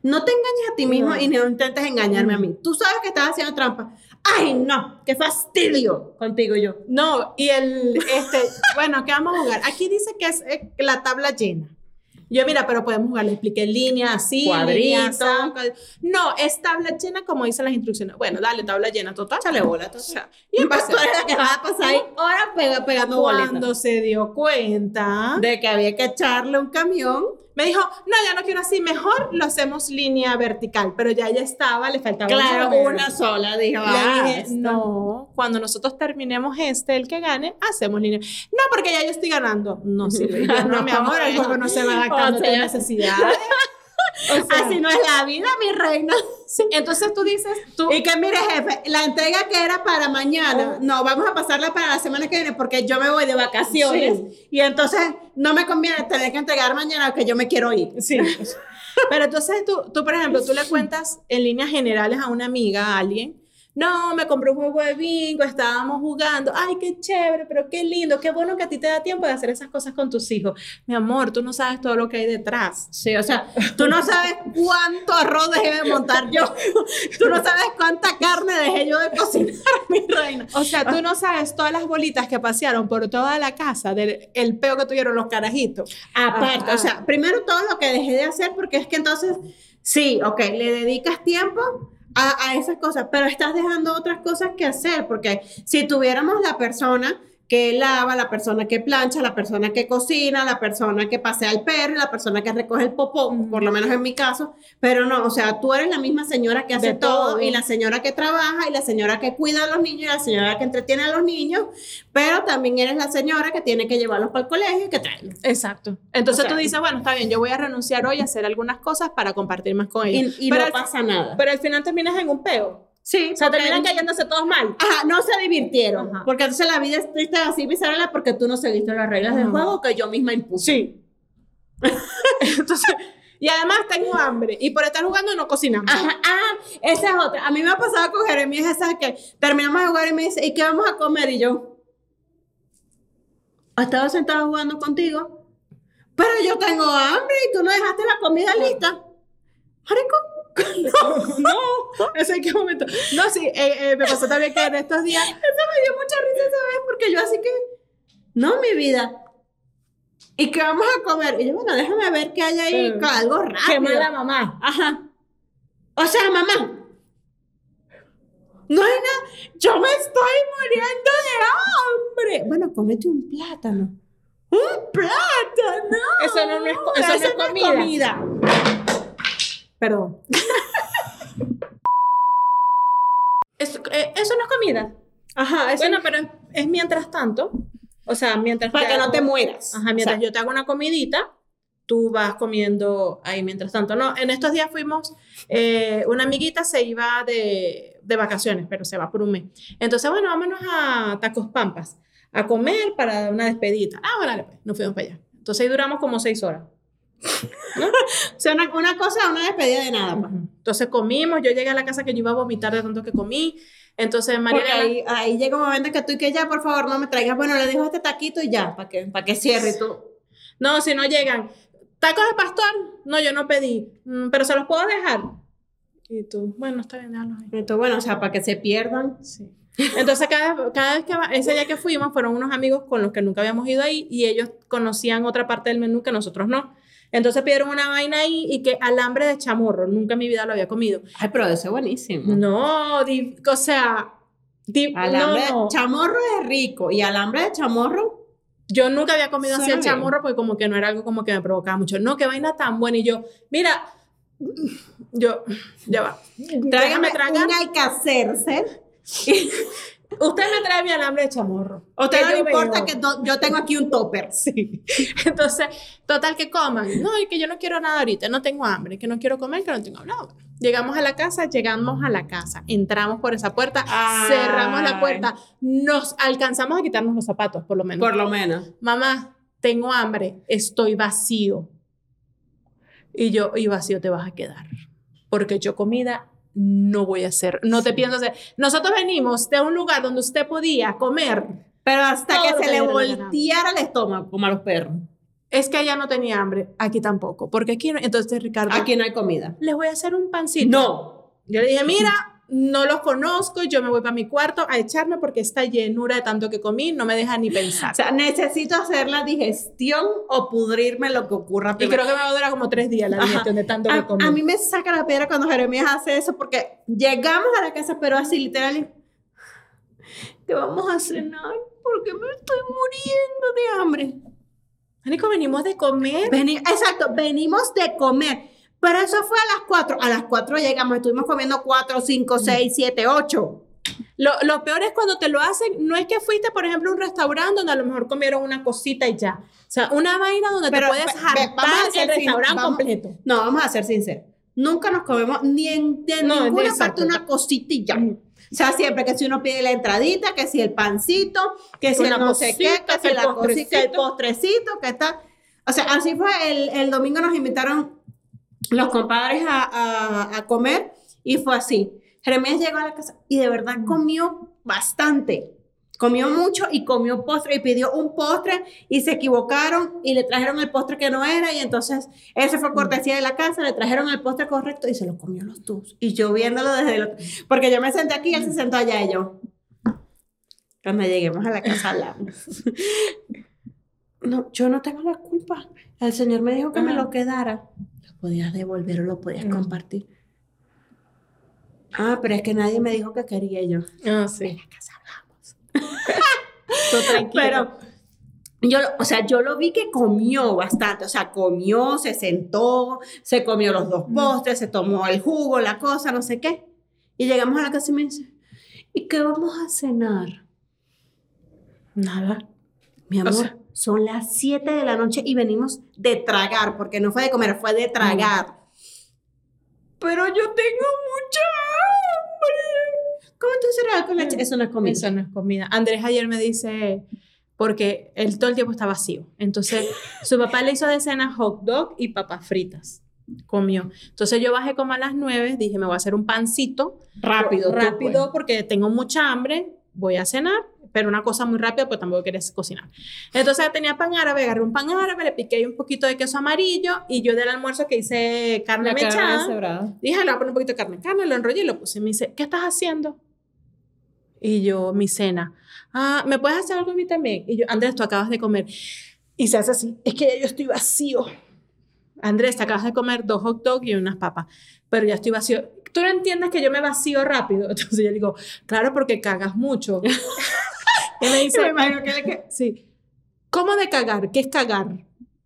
Speaker 8: No te engañes a ti mismo y no intentes engañarme a mí.
Speaker 7: Mm.
Speaker 8: Tú sabes que estás haciendo trampa. Ay, no, qué fastidio contigo y yo.
Speaker 7: No, y el, este, bueno, ¿qué vamos a jugar? Aquí dice que es eh, la tabla llena. Yo, mira, pero podemos jugar, le expliqué línea así, línea así,
Speaker 8: Cuadrito.
Speaker 7: cuad- No, es tabla llena como dicen las instrucciones. Bueno, dale, tabla llena, total. Chale bola, total. Y
Speaker 8: Y
Speaker 7: empezó.
Speaker 8: pasó la que vas a pasar ahí horas pega- pegando
Speaker 7: Cuando
Speaker 8: boletas.
Speaker 7: se dio cuenta,
Speaker 8: De que había que echarle un camión.
Speaker 7: me dijo, no, ya no quiero así, mejor lo hacemos línea vertical, pero ya ella estaba, le faltaba
Speaker 8: Claro,
Speaker 7: una.
Speaker 8: una sola, dije,
Speaker 7: Le
Speaker 8: "Ah,
Speaker 7: dije,
Speaker 8: esto".
Speaker 7: no, cuando nosotros terminemos este, el que gane, hacemos línea. No, porque ya yo estoy ganando. No, sí, pero
Speaker 8: <laughs>
Speaker 7: yo, no, mi amor, el juego no se va adaptando
Speaker 8: O
Speaker 7: a tus
Speaker 8: sea, <laughs>
Speaker 7: necesidades.
Speaker 8: Así no es la vida, mi reina.
Speaker 7: Entonces tú dices, tú, Oh.
Speaker 8: Y que mire, jefe, la entrega que era para mañana, no, vamos a pasarla para la semana que viene porque yo me voy de vacaciones y entonces no me conviene tener que entregar mañana que yo me quiero ir.
Speaker 7: sí. <laughs> Pero entonces tú, tú, por ejemplo, tú le cuentas en líneas generales a una amiga, a alguien, no, me compré un juego de bingo, estábamos jugando, ay, qué chévere, pero qué lindo, qué bueno que a ti te da tiempo de hacer esas cosas con tus hijos. Mi amor, tú no sabes todo lo que hay detrás.
Speaker 8: Sí, o sea, tú no sabes cuánto arroz dejé de montar yo, tú no sabes cuánta carne dejé yo de cocinar,
Speaker 7: <laughs>
Speaker 8: mi reina.
Speaker 7: O sea, tú no sabes todas las bolitas que pasearon por toda la casa del el peo que tuvieron los carajitos.
Speaker 8: Aparte,
Speaker 7: Ah,
Speaker 8: o sea, primero todo lo que dejé de hacer porque es que entonces, sí, ok, le dedicas tiempo a, a esas cosas, pero estás dejando otras cosas que hacer porque si tuviéramos la persona que lava, la persona que plancha, la persona que cocina, la persona que pasea el perro, la persona que recoge el popó, por lo menos en mi caso, pero no, o sea, tú eres la misma señora que hace
Speaker 7: De
Speaker 8: todo,
Speaker 7: todo.
Speaker 8: y la señora que trabaja y la señora que cuida a los niños y la señora que entretiene a los niños, pero también eres la señora que tiene que llevarlos para el colegio y que traerlos.
Speaker 7: Exacto. Entonces
Speaker 8: O sea-
Speaker 7: tú dices, bueno, está bien, yo voy a renunciar hoy a hacer algunas cosas para compartir más con ellos.
Speaker 8: y, y
Speaker 7: pero,
Speaker 8: no
Speaker 7: al,
Speaker 8: pasa nada.
Speaker 7: pero al final terminas en un peo.
Speaker 8: sí,
Speaker 7: O sea,
Speaker 8: porque-
Speaker 7: terminan cayéndose todos mal.
Speaker 8: Ajá, no se divirtieron.
Speaker 7: Ajá.
Speaker 8: Porque entonces la vida es triste así, Bizarra, porque tú no seguiste las reglas del
Speaker 7: Ajá.
Speaker 8: juego que yo misma impuse.
Speaker 7: Sí. Entonces, y además tengo hambre. Y por estar jugando no cocinamos.
Speaker 8: Ajá, ah, esa es otra. A mí me ha pasado con Jeremías esa que terminamos de jugar y me dice, ¿y qué vamos a comer? Y yo, "Ah, estaba sentada jugando contigo, pero yo tengo hambre y tú no dejaste la comida lista. Marico, <laughs>
Speaker 7: No, <laughs> ese es qué momento. No, sí, eh, eh, me pasó también que en estos días.
Speaker 8: Eso me dio mucha risa esa vez porque yo así que, no, mi vida. ¿Y qué vamos a comer? Y yo, bueno, déjame ver qué hay ahí,
Speaker 7: Mm.
Speaker 8: con algo raro.
Speaker 7: Qué mala mamá.
Speaker 8: Ajá. O sea, mamá. No hay nada. Yo me estoy muriendo de hambre. Bueno, cómete un plátano. ¡Un plátano!
Speaker 7: Eso no, no es, co-
Speaker 8: Esa
Speaker 7: eso no es comida.
Speaker 8: Perdón.
Speaker 7: Eso, eh, eso no <laughs> es comida.
Speaker 8: Ajá, eso
Speaker 7: Bueno, pero es, es mientras tanto. O sea, mientras
Speaker 8: para que
Speaker 7: hago-
Speaker 8: no te mueras.
Speaker 7: Ajá, mientras
Speaker 8: O sea,
Speaker 7: yo te hago una comidita, tú vas comiendo ahí mientras tanto. No, en estos días fuimos, eh, una amiguita se iba de, de vacaciones, pero se va por un mes. Entonces, bueno, vámonos a Tacos Pampas a comer para una despedida. Ah, bueno, dale, pues, nos fuimos para allá. Entonces ahí duramos como seis horas.
Speaker 8: o sea, una, una cosa, una despedida de nada. pues.
Speaker 7: Entonces comimos, yo llegué a la casa que yo iba a vomitar de tanto que comí. Entonces,
Speaker 8: Porque
Speaker 7: Mariana,
Speaker 8: ahí, ahí llega un momento que tú y que ya, por favor, no me traigas. Bueno, le dejo este taquito y ya, para que, para que cierre y tú.
Speaker 7: no, si no llegan, tacos de pastor, no, yo no pedí, "Mm, pero se los puedo dejar. Y tú, bueno, está bien, déjalos ahí.
Speaker 8: Y tú, bueno, o sea, para que se pierdan.
Speaker 7: Sí. Entonces, cada, cada vez que va- ese día que fuimos, fueron unos amigos con los que nunca habíamos ido ahí y ellos conocían otra parte del menú que nosotros no. Entonces pidieron una vaina ahí y que alambre de chamorro, nunca en mi vida lo había comido.
Speaker 8: Ay, pero eso es buenísimo.
Speaker 7: No, di- o sea, di-
Speaker 8: Alambre,
Speaker 7: no, no.
Speaker 8: chamorro es rico y alambre de chamorro,
Speaker 7: yo nunca había comido así
Speaker 8: Suena
Speaker 7: el
Speaker 8: bien.
Speaker 7: chamorro porque como que no era algo como que me provocaba mucho. No, qué vaina tan buena. Y yo, mira, yo, ya va.
Speaker 8: tráigame
Speaker 7: Déjame tragar.
Speaker 8: un
Speaker 7: <laughs>
Speaker 8: alcacercer.
Speaker 7: Usted me trae mi alambre de chamorro.
Speaker 8: O usted
Speaker 7: Que
Speaker 8: no le
Speaker 7: yo
Speaker 8: importa
Speaker 7: veo.
Speaker 8: que do- yo tengo aquí un topper. Sí.
Speaker 7: Entonces, total que coman. No, y que yo no quiero nada ahorita, no tengo hambre, que no quiero comer, que no tengo hambre. No. Llegamos a la casa, llegamos a la casa, entramos por esa puerta,
Speaker 8: Ay.
Speaker 7: cerramos la puerta, nos alcanzamos a quitarnos los zapatos, por lo menos.
Speaker 8: Por lo menos.
Speaker 7: Mamá, tengo hambre, estoy vacío. Y yo, y vacío te vas a quedar, porque yo comida no voy a hacer, no te pienso hacer. Nosotros venimos de un lugar donde usted podía comer
Speaker 8: Pero hasta
Speaker 7: Todo lo
Speaker 8: que se
Speaker 7: que
Speaker 8: le
Speaker 7: le dieron
Speaker 8: volteara el estómago, como a los perros.
Speaker 7: Es que ella no tenía hambre, aquí tampoco, porque aquí no- entonces este Ricardo,
Speaker 8: Aquí no hay comida.
Speaker 7: les voy a hacer un pancito.
Speaker 8: No.
Speaker 7: Yo le dije, mira, no los conozco, yo me voy para mi cuarto a echarme porque esta llenura de tanto que comí no me deja ni pensar.
Speaker 8: O sea, necesito hacer la digestión o pudrirme lo que ocurra
Speaker 7: y
Speaker 8: primero.
Speaker 7: creo que me va a durar como tres días la
Speaker 8: Ajá.
Speaker 7: digestión de tanto que comí.
Speaker 8: a, a mí me saca la piedra cuando Jeremías hace eso porque llegamos a la casa, pero así literal. y- ¿Qué vamos a cenar? Porque me estoy muriendo de hambre.
Speaker 7: Marico, venimos de comer.
Speaker 8: Veni- exacto, venimos de comer. Pero eso fue a las 4. A las 4 llegamos, estuvimos comiendo 4, 5, 6, 7, 8.
Speaker 7: Lo, lo peor es cuando te lo hacen, no es que fuiste, por ejemplo, a un restaurante donde a lo mejor comieron una cosita y ya. O sea, una vaina donde
Speaker 8: Pero,
Speaker 7: te puedes
Speaker 8: ve- ve,
Speaker 7: jartar
Speaker 8: vamos a ser
Speaker 7: el restaurante
Speaker 8: sin- vamos-
Speaker 7: completo.
Speaker 8: No, vamos a ser sinceros. Nunca nos comemos ni en de
Speaker 7: No,
Speaker 8: ninguna
Speaker 7: exacto.
Speaker 8: parte una cositilla. O sea, siempre que si uno pide la entradita, que si el pancito, que si
Speaker 7: Una
Speaker 8: el no sé qué,
Speaker 7: cosita,
Speaker 8: que
Speaker 7: que
Speaker 8: si
Speaker 7: el
Speaker 8: la cosita, que el
Speaker 7: postrecito.
Speaker 8: postrecito, que está. O sea, así fue. El, el domingo nos invitaron los compadres a, a- a comer y fue así. Jeremías llegó a la casa y de verdad comió bastante. Comió mucho y comió postre y pidió un postre y se equivocaron y le trajeron el postre que no era y entonces ese fue cortesía de la casa, le trajeron el postre correcto y se lo comió los dos. Y yo viéndolo desde el otro, porque yo me senté aquí y él se sentó allá y yo. Cuando lleguemos a la casa hablamos. No, yo no tengo la culpa. El señor me dijo que me lo quedara. Lo podías devolver o lo podías compartir. Ah, pero es que nadie me dijo que quería yo.
Speaker 7: Ah, sí. <laughs>
Speaker 8: Pero yo, lo- o sea, yo lo vi que comió bastante, o sea, comió, se sentó, se comió los dos postres, se tomó el jugo, la cosa, no sé qué. Y llegamos a la casa y me dice, ¿y qué vamos a cenar?
Speaker 7: Nada.
Speaker 8: Mi amor,
Speaker 7: sea-
Speaker 8: son las 7 de la noche y venimos de tragar, porque no fue de comer, fue de tragar. Pero Mm. yo tengo mucha hambre. ¿Cómo tú cereal con leche? Eso no es comida.
Speaker 7: Eso no es comida. Andrés ayer me dice, porque él todo el tiempo está vacío. Entonces, su papá le hizo de cena hot dog y papas fritas. Comió. Entonces yo bajé como a las nueve, dije, me voy a hacer un pancito.
Speaker 8: Rápido, tú, pues.
Speaker 7: Rápido, porque tengo mucha hambre, voy a cenar, pero una cosa muy rápida, pues tampoco quería cocinar. Entonces tenía pan árabe, agarré un pan árabe, le piqué ahí un poquito de queso amarillo y yo del almuerzo que hice carne mechada. Dije, le voy a poner un poquito de carne. Carne, lo enrollé y lo puse. Y me dice, ¿qué estás haciendo? Y yo, mi cena. Ah, ¿me puedes hacer algo a mí también? Y yo, Andrés, tú acabas de comer. Y se hace así, es que ya yo estoy vacío. Andrés, te acabas de comer dos hot dogs y unas papas, pero ya estoy vacío. tú no entiendes que yo me vacío rápido. <laughs> Entonces yo le digo, claro, porque
Speaker 8: <laughs>
Speaker 7: cagas mucho. y me dice,
Speaker 8: Me imagino que le que-
Speaker 7: sí, ¿cómo de cagar? ¿Qué es cagar?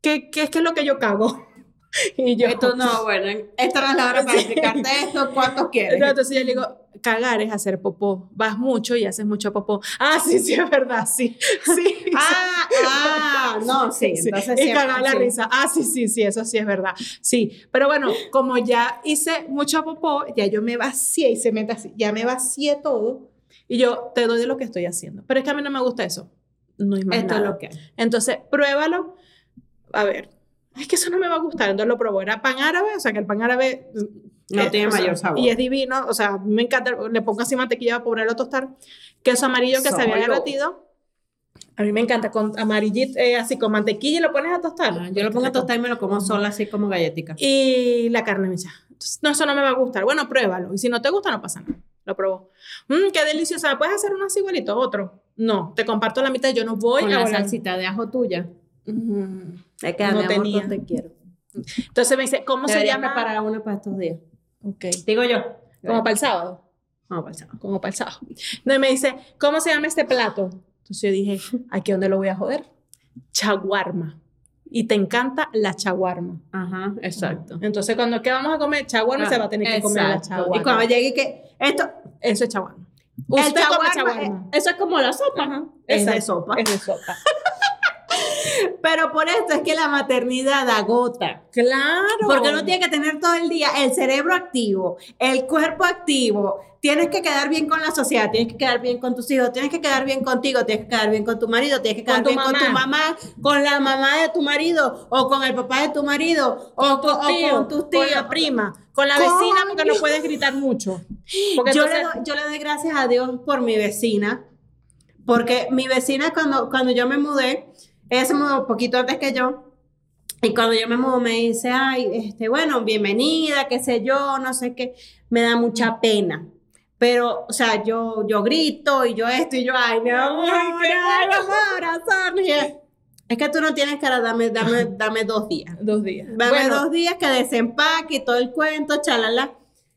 Speaker 7: ¿Qué, qué es, qué es lo que yo cago? <laughs> y yo,
Speaker 8: Esto
Speaker 7: <laughs>
Speaker 8: no, bueno, esta no es la hora <laughs> para explicarte esto, ¿cuántos
Speaker 7: No,
Speaker 8: quieres?
Speaker 7: entonces yo le digo, cagar es hacer popó. Vas mucho y haces mucho popó. Ah, sí, sí, es verdad, sí. <laughs> sí. <laughs>
Speaker 8: Ah, ah, no, sí,
Speaker 7: Sí,
Speaker 8: entonces
Speaker 7: y
Speaker 8: siempre-
Speaker 7: cagar la
Speaker 8: sí.
Speaker 7: risa. Ah, sí, sí, sí, eso sí es verdad. Sí, pero bueno, como ya hice mucho popó, ya yo me vacié y se me así, ya me vacié todo y yo te doy de lo que estoy haciendo. Pero es que a mí no me gusta eso. No hay más
Speaker 8: Esto es
Speaker 7: nada.
Speaker 8: lo que hay.
Speaker 7: Entonces, pruébalo. A ver, es que eso no me va a gustar. Entonces lo probó. Era pan árabe, o sea que el pan árabe.
Speaker 8: No tiene
Speaker 7: o sea,
Speaker 8: mayor sabor.
Speaker 7: Eh, Y es divino, o sea, me encanta. Le pongo así mantequilla para ponerlo a tostar. Queso amarillo que se había
Speaker 8: Solo.
Speaker 7: derretido. A mí me encanta con amarillito, eh, así con mantequilla y lo pones a tostar.
Speaker 8: Ah, Yo lo pongo a tostar y me lo como sola, así como galletica.
Speaker 7: Y la carne me decía, no, eso no me va a gustar. Bueno, pruébalo. Y si no te gusta, no pasa nada. Lo probó. Mmm, qué deliciosa. ¿Puedes hacer uno así igualito? Otro. No, te comparto la mitad. Yo no voy
Speaker 8: Con
Speaker 7: a
Speaker 8: la
Speaker 7: volar.
Speaker 8: salsita de ajo tuya.
Speaker 7: Ujú.
Speaker 8: Hay
Speaker 7: No tenía.
Speaker 8: te quiero.
Speaker 7: Entonces me dice, ¿cómo se
Speaker 8: Debería
Speaker 7: llama?
Speaker 8: preparar una para estos días.
Speaker 7: Ok.
Speaker 8: Digo yo.
Speaker 7: Como para el sábado.
Speaker 8: Vamos para el sábado.
Speaker 7: Como para el sábado. No, y me dice, ¿cómo se llama este plato? Entonces yo dije, ¿aquí dónde lo voy a joder? Chaguarma. Y te encanta la chaguarma.
Speaker 8: Ajá, exacto. Ah,
Speaker 7: Entonces, cuando ¿qué vamos a comer? Chaguarma se va a tener que comer la
Speaker 8: Exacto.
Speaker 7: chaguarma.
Speaker 8: Y cuando llegue y que esto,
Speaker 7: Eso es chaguarma.
Speaker 8: el
Speaker 7: Usted come
Speaker 8: chaguarma,
Speaker 7: chaguarma.
Speaker 8: eh, eso es como la sopa. Es de sopa.
Speaker 7: Es de sopa.
Speaker 8: Pero por esto es que la maternidad agota.
Speaker 7: claro.
Speaker 8: Porque uno tiene que tener todo el día el cerebro activo, el cuerpo activo. Tienes que quedar bien con la sociedad, tienes que quedar bien con tus hijos, tienes que quedar bien contigo, tienes que quedar bien con tu marido, tienes que quedar
Speaker 7: Con tu
Speaker 8: bien con tu
Speaker 7: mamá.
Speaker 8: mamá, con la mamá de tu marido, o con el papá de tu marido, o con, o
Speaker 7: tío,
Speaker 8: con tus tíos.
Speaker 7: Con la prima, con la
Speaker 8: Coño.
Speaker 7: vecina, porque no puedes gritar mucho. Porque
Speaker 8: yo,
Speaker 7: entonces-
Speaker 8: le doy, yo le doy gracias a Dios por mi vecina, porque mi vecina cuando, cuando yo me mudé, ella se mudó poquito antes que yo, y cuando yo me mudé me dice, ay, este, bueno, bienvenida, qué sé yo, no sé qué, me da mucha pena. Pero, o sea, yo, yo grito y yo esto y yo, ay, mi amor, ay, mi corazón. Y ella, Es que tú no tienes cara, dame, dame, dame dos días.
Speaker 7: Dos días.
Speaker 8: Dame dos días que desempaque y todo el cuento, chalala.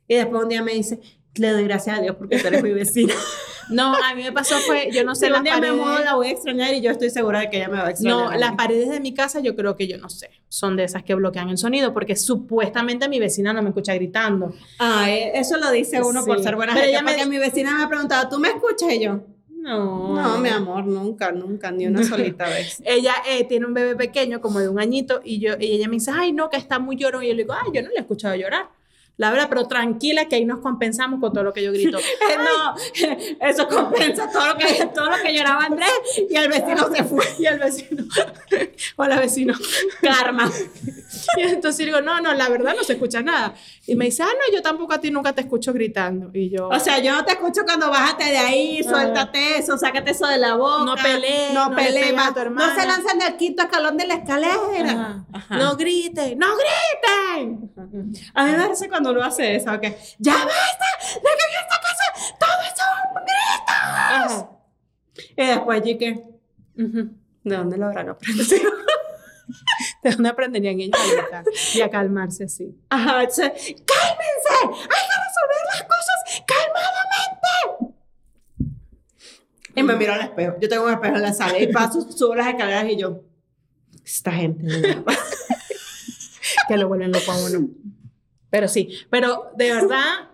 Speaker 8: Y después un día me dice, le doy gracias a Dios porque tú eres mi vecina. <laughs>
Speaker 7: No, a mí me pasó fue, yo no
Speaker 8: Si
Speaker 7: sé las
Speaker 8: un día me
Speaker 7: paredes.
Speaker 8: mudo, la voy a extrañar y yo estoy segura de que ella me va a extrañar.
Speaker 7: No,
Speaker 8: a
Speaker 7: las
Speaker 8: mí.
Speaker 7: paredes de mi casa yo creo que yo no sé, son de esas que bloquean el sonido porque supuestamente mi vecina no me escucha gritando.
Speaker 8: Ah, eh, eso lo dice uno por
Speaker 7: Sí.
Speaker 8: ser buena
Speaker 7: Pero
Speaker 8: gente.
Speaker 7: ella me
Speaker 8: porque
Speaker 7: di-
Speaker 8: mi vecina me ha preguntado, ¿tú me escuchas? Y yo,
Speaker 7: No.
Speaker 8: no, mi amor, nunca, nunca, ni <laughs> una solita vez.
Speaker 7: Ella eh, tiene un bebé pequeño como de un añito y yo y ella me dice, "Ay, no, que está muy llorón." Y yo le digo, "Ay, yo no le he escuchado llorar." La verdad, pero tranquila que ahí nos compensamos con todo lo que yo
Speaker 8: <laughs>
Speaker 7: grito.
Speaker 8: Eh,
Speaker 7: <laughs>
Speaker 8: no, eso compensa todo lo que, todo lo que lloraba Andrés y el vecino se fue.
Speaker 7: Y el vecino, <laughs> hola vecino, <laughs> karma. Y entonces digo, no, no, la verdad no se escucha nada. Y me dice, ah, no, yo tampoco a ti nunca te escucho gritando. Y yo,
Speaker 8: O sea, yo no te escucho cuando bájate de ahí, suéltate eso, sácate eso de la boca.
Speaker 7: No pelees,
Speaker 8: no,
Speaker 7: no le
Speaker 8: pelees.
Speaker 7: pegues a
Speaker 8: ma-
Speaker 7: tu
Speaker 8: No
Speaker 7: hermana.
Speaker 8: se lanzan del quinto escalón de la escalera.
Speaker 7: Ajá. no griten, no griten.
Speaker 8: A mí me parece cuando uno hace eso, que ya basta, de que en esta casa todos son gritos. Y después allí que, <laughs>
Speaker 7: Ujú.
Speaker 8: ¿de dónde lo habrán aprendido?
Speaker 7: ¿De dónde aprenderían ellos a gritar y a calmarse así?
Speaker 8: Ajá, entonces, cálmense, hay que resolver las cosas calmadamente. Y me miro al espejo. Yo tengo un espejo en la sala y paso, subo las escaleras y yo, esta gente. de verdad".
Speaker 7: <laughs> Que lo vuelven loco a uno. Pero sí, pero de verdad,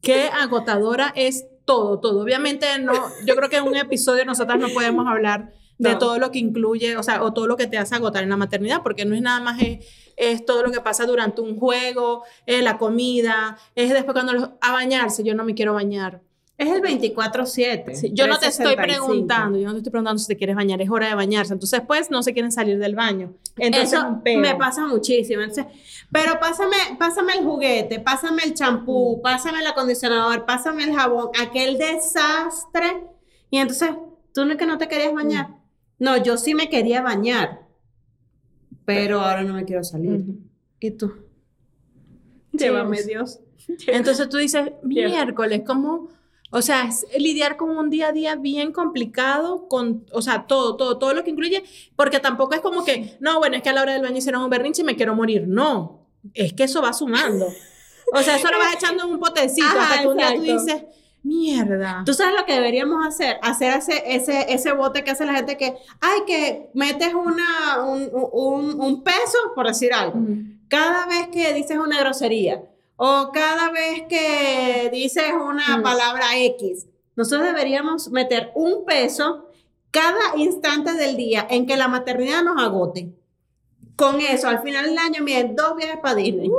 Speaker 7: qué agotadora es todo, todo. Obviamente no, yo creo que en un episodio nosotras no podemos hablar de
Speaker 8: No.
Speaker 7: todo lo que incluye, o sea, o todo lo que te hace agotar en la maternidad, porque no es nada más es, es todo lo que pasa durante un juego, es la comida, es después cuando los- a bañarse, yo no me quiero bañar.
Speaker 8: Es el 24-7.
Speaker 7: Sí, yo no te
Speaker 8: 365.
Speaker 7: estoy preguntando, yo no te estoy preguntando si te quieres bañar, es hora de bañarse. Entonces, pues, no se quieren salir del baño. Entonces,
Speaker 8: Eso
Speaker 7: un peo.
Speaker 8: me pasa muchísimo. Entonces, pero pásame, pásame el juguete, pásame el champú,
Speaker 7: Mm.
Speaker 8: pásame el acondicionador, pásame el jabón, aquel desastre. Y entonces, tú no es que no te querías bañar.
Speaker 7: Mm.
Speaker 8: No, yo sí me quería bañar, pero ahora no me quiero salir.
Speaker 7: Ujú.
Speaker 8: ¿Y tú? Llévame Dios.
Speaker 7: Entonces tú dices, miércoles, ¿cómo? O sea, es lidiar con un día a día bien complicado, con, o sea, todo, todo, todo lo que incluye, porque tampoco es como que, no, bueno, es que a la hora del baño hicieron un berrinche y me quiero morir. No, es que eso va sumando.
Speaker 8: O sea, eso lo vas echando en un potecito
Speaker 7: Ajá,
Speaker 8: hasta que un día tú
Speaker 7: exacto.
Speaker 8: dices,
Speaker 7: Mierda.
Speaker 8: Tú sabes lo que deberíamos hacer, hacer ese, ese, ese bote que hace la gente que, ay, que metes una, un, un- un peso, por decir algo, cada vez que dices una grosería o cada vez que dices una palabra X, nosotros deberíamos meter un peso cada instante del día en que la maternidad nos agote. Con eso, al final del año, miren, dos viajes para Disney.
Speaker 7: uh,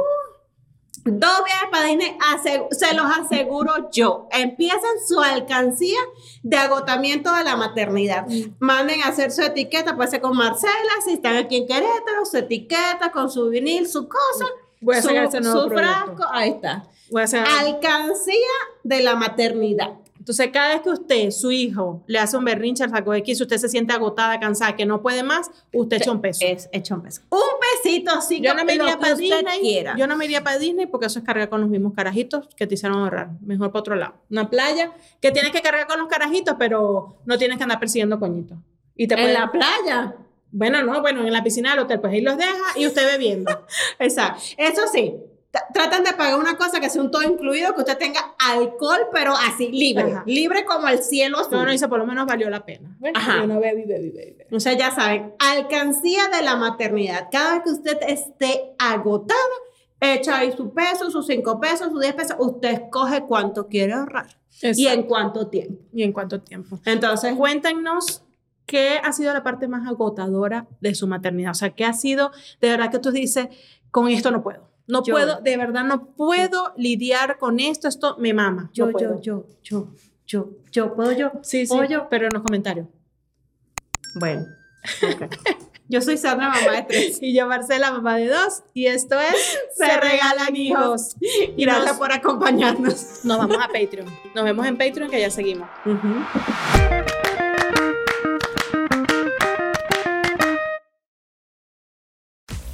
Speaker 8: Dos viajes para Disney, ase- se los aseguro yo. Empiezan su alcancía de agotamiento de la maternidad.
Speaker 7: Mm.
Speaker 8: Manden a hacer su etiqueta, puede ser con Marcela, si están aquí en Querétaro, su etiqueta, con su vinil, su cosa,
Speaker 7: Voy a
Speaker 8: su,
Speaker 7: sacar ese nuevo Ah.
Speaker 8: su
Speaker 7: proyecto.
Speaker 8: frasco, ahí está.
Speaker 7: Voy a hacer-
Speaker 8: Alcancía de la maternidad.
Speaker 7: Entonces, cada vez que usted, su hijo, le hace un berrinche al saco X, usted se siente agotada, cansada, que no puede más, usted echa un peso.
Speaker 8: Es hecho un peso. Un pesito, sí,
Speaker 7: Yo no me
Speaker 8: lo
Speaker 7: iría
Speaker 8: que
Speaker 7: para
Speaker 8: usted
Speaker 7: Disney.
Speaker 8: quiera.
Speaker 7: Yo no me iría para Disney porque eso es cargar con los mismos carajitos que te hicieron ahorrar. Mejor para otro lado. Una playa que tienes que cargar con los carajitos, pero no tienes que andar persiguiendo coñitos. Y te
Speaker 8: en
Speaker 7: pueden-
Speaker 8: la playa.
Speaker 7: <laughs> Bueno, no, bueno, en la piscina del hotel, pues ahí los deja y usted
Speaker 8: <laughs>
Speaker 7: bebiendo.
Speaker 8: Exacto. Eso sí, tra- tratan de pagar una cosa que sea un todo incluido, que usted tenga alcohol, pero así, libre.
Speaker 7: Ajá.
Speaker 8: Libre como el cielo azul.
Speaker 7: Uno dice, por lo menos valió la pena. ¿Ves?
Speaker 8: Ajá.
Speaker 7: Yo no bebí, bebí, bebí. bebí.
Speaker 8: O sea, ya saben, alcancía de la maternidad. Cada vez que usted esté agotada, echa ahí su peso, sus cinco pesos, sus diez pesos. Usted escoge cuánto quiere ahorrar y en cuánto tiempo.
Speaker 7: ¿Y en cuánto tiempo?
Speaker 8: Entonces,
Speaker 7: Cuéntanos qué ha sido la parte más agotadora de su maternidad. O sea, qué ha sido de verdad que tú dices, con esto no puedo. No
Speaker 8: Yo-
Speaker 7: puedo, de verdad no puedo lidiar con esto. Esto me mama.
Speaker 8: yo,
Speaker 7: no puedo.
Speaker 8: yo, yo, yo, yo, yo, ¿puedo yo?
Speaker 7: Sí, sí.
Speaker 8: ¿Puedo yo?
Speaker 7: Pero en los comentarios.
Speaker 8: Bueno,
Speaker 7: <laughs>
Speaker 8: yo soy Sandra, mamá de tres.
Speaker 7: Y yo, Marcela, mamá de dos. Y esto es
Speaker 8: Se regalan hijos. Gracias
Speaker 7: Nos-
Speaker 8: por acompañarnos.
Speaker 7: Nos vamos a Patreon. Nos vemos en Patreon que ya seguimos.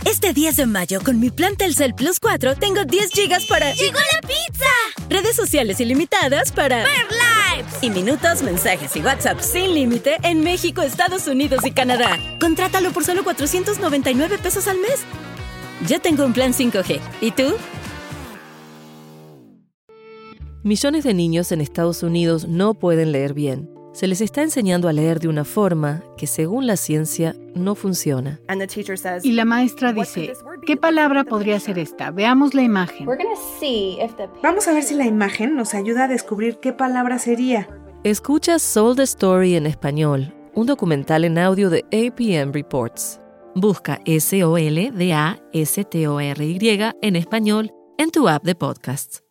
Speaker 1: Este 10 de mayo con mi plan Telcel Plus 4 tengo 10 gigas para... ¡Llegó la pizza! Redes sociales ilimitadas para... Y minutos, mensajes y WhatsApp sin límite en México, Estados Unidos y Canadá. Contrátalo por solo 499 pesos al mes. Yo tengo un plan 5G. ¿Y tú?
Speaker 3: Millones de niños en Estados Unidos no pueden leer bien. Se les está enseñando a leer de una forma que, según la ciencia, no funciona.
Speaker 6: And the teacher says,
Speaker 4: Y la maestra dice, ¿qué palabra podría ser esta? Veamos la imagen.
Speaker 9: We're gonna see if the
Speaker 5: Vamos a ver si la imagen nos ayuda a descubrir qué palabra sería.
Speaker 3: Escucha Sold the Story en español, un documental en audio de APM Reports. Busca S-O-L-D-A-S-T-O-R-Y en español en tu app de podcasts.